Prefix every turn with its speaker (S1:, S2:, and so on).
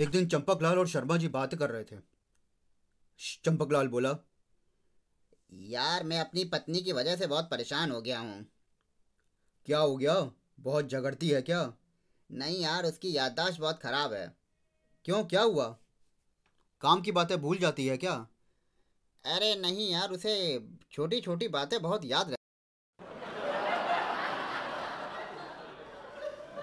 S1: एक दिन चंपकलाल और शर्मा जी बात कर रहे थे चंपकलाल बोला
S2: यार मैं अपनी पत्नी की वजह से बहुत परेशान हो गया हूँ
S1: क्या हो गया बहुत झगड़ती है क्या
S2: नहीं यार उसकी याददाश्त बहुत ख़राब है
S1: क्यों क्या हुआ काम की बातें भूल जाती है क्या
S2: अरे नहीं यार उसे छोटी छोटी बातें बहुत याद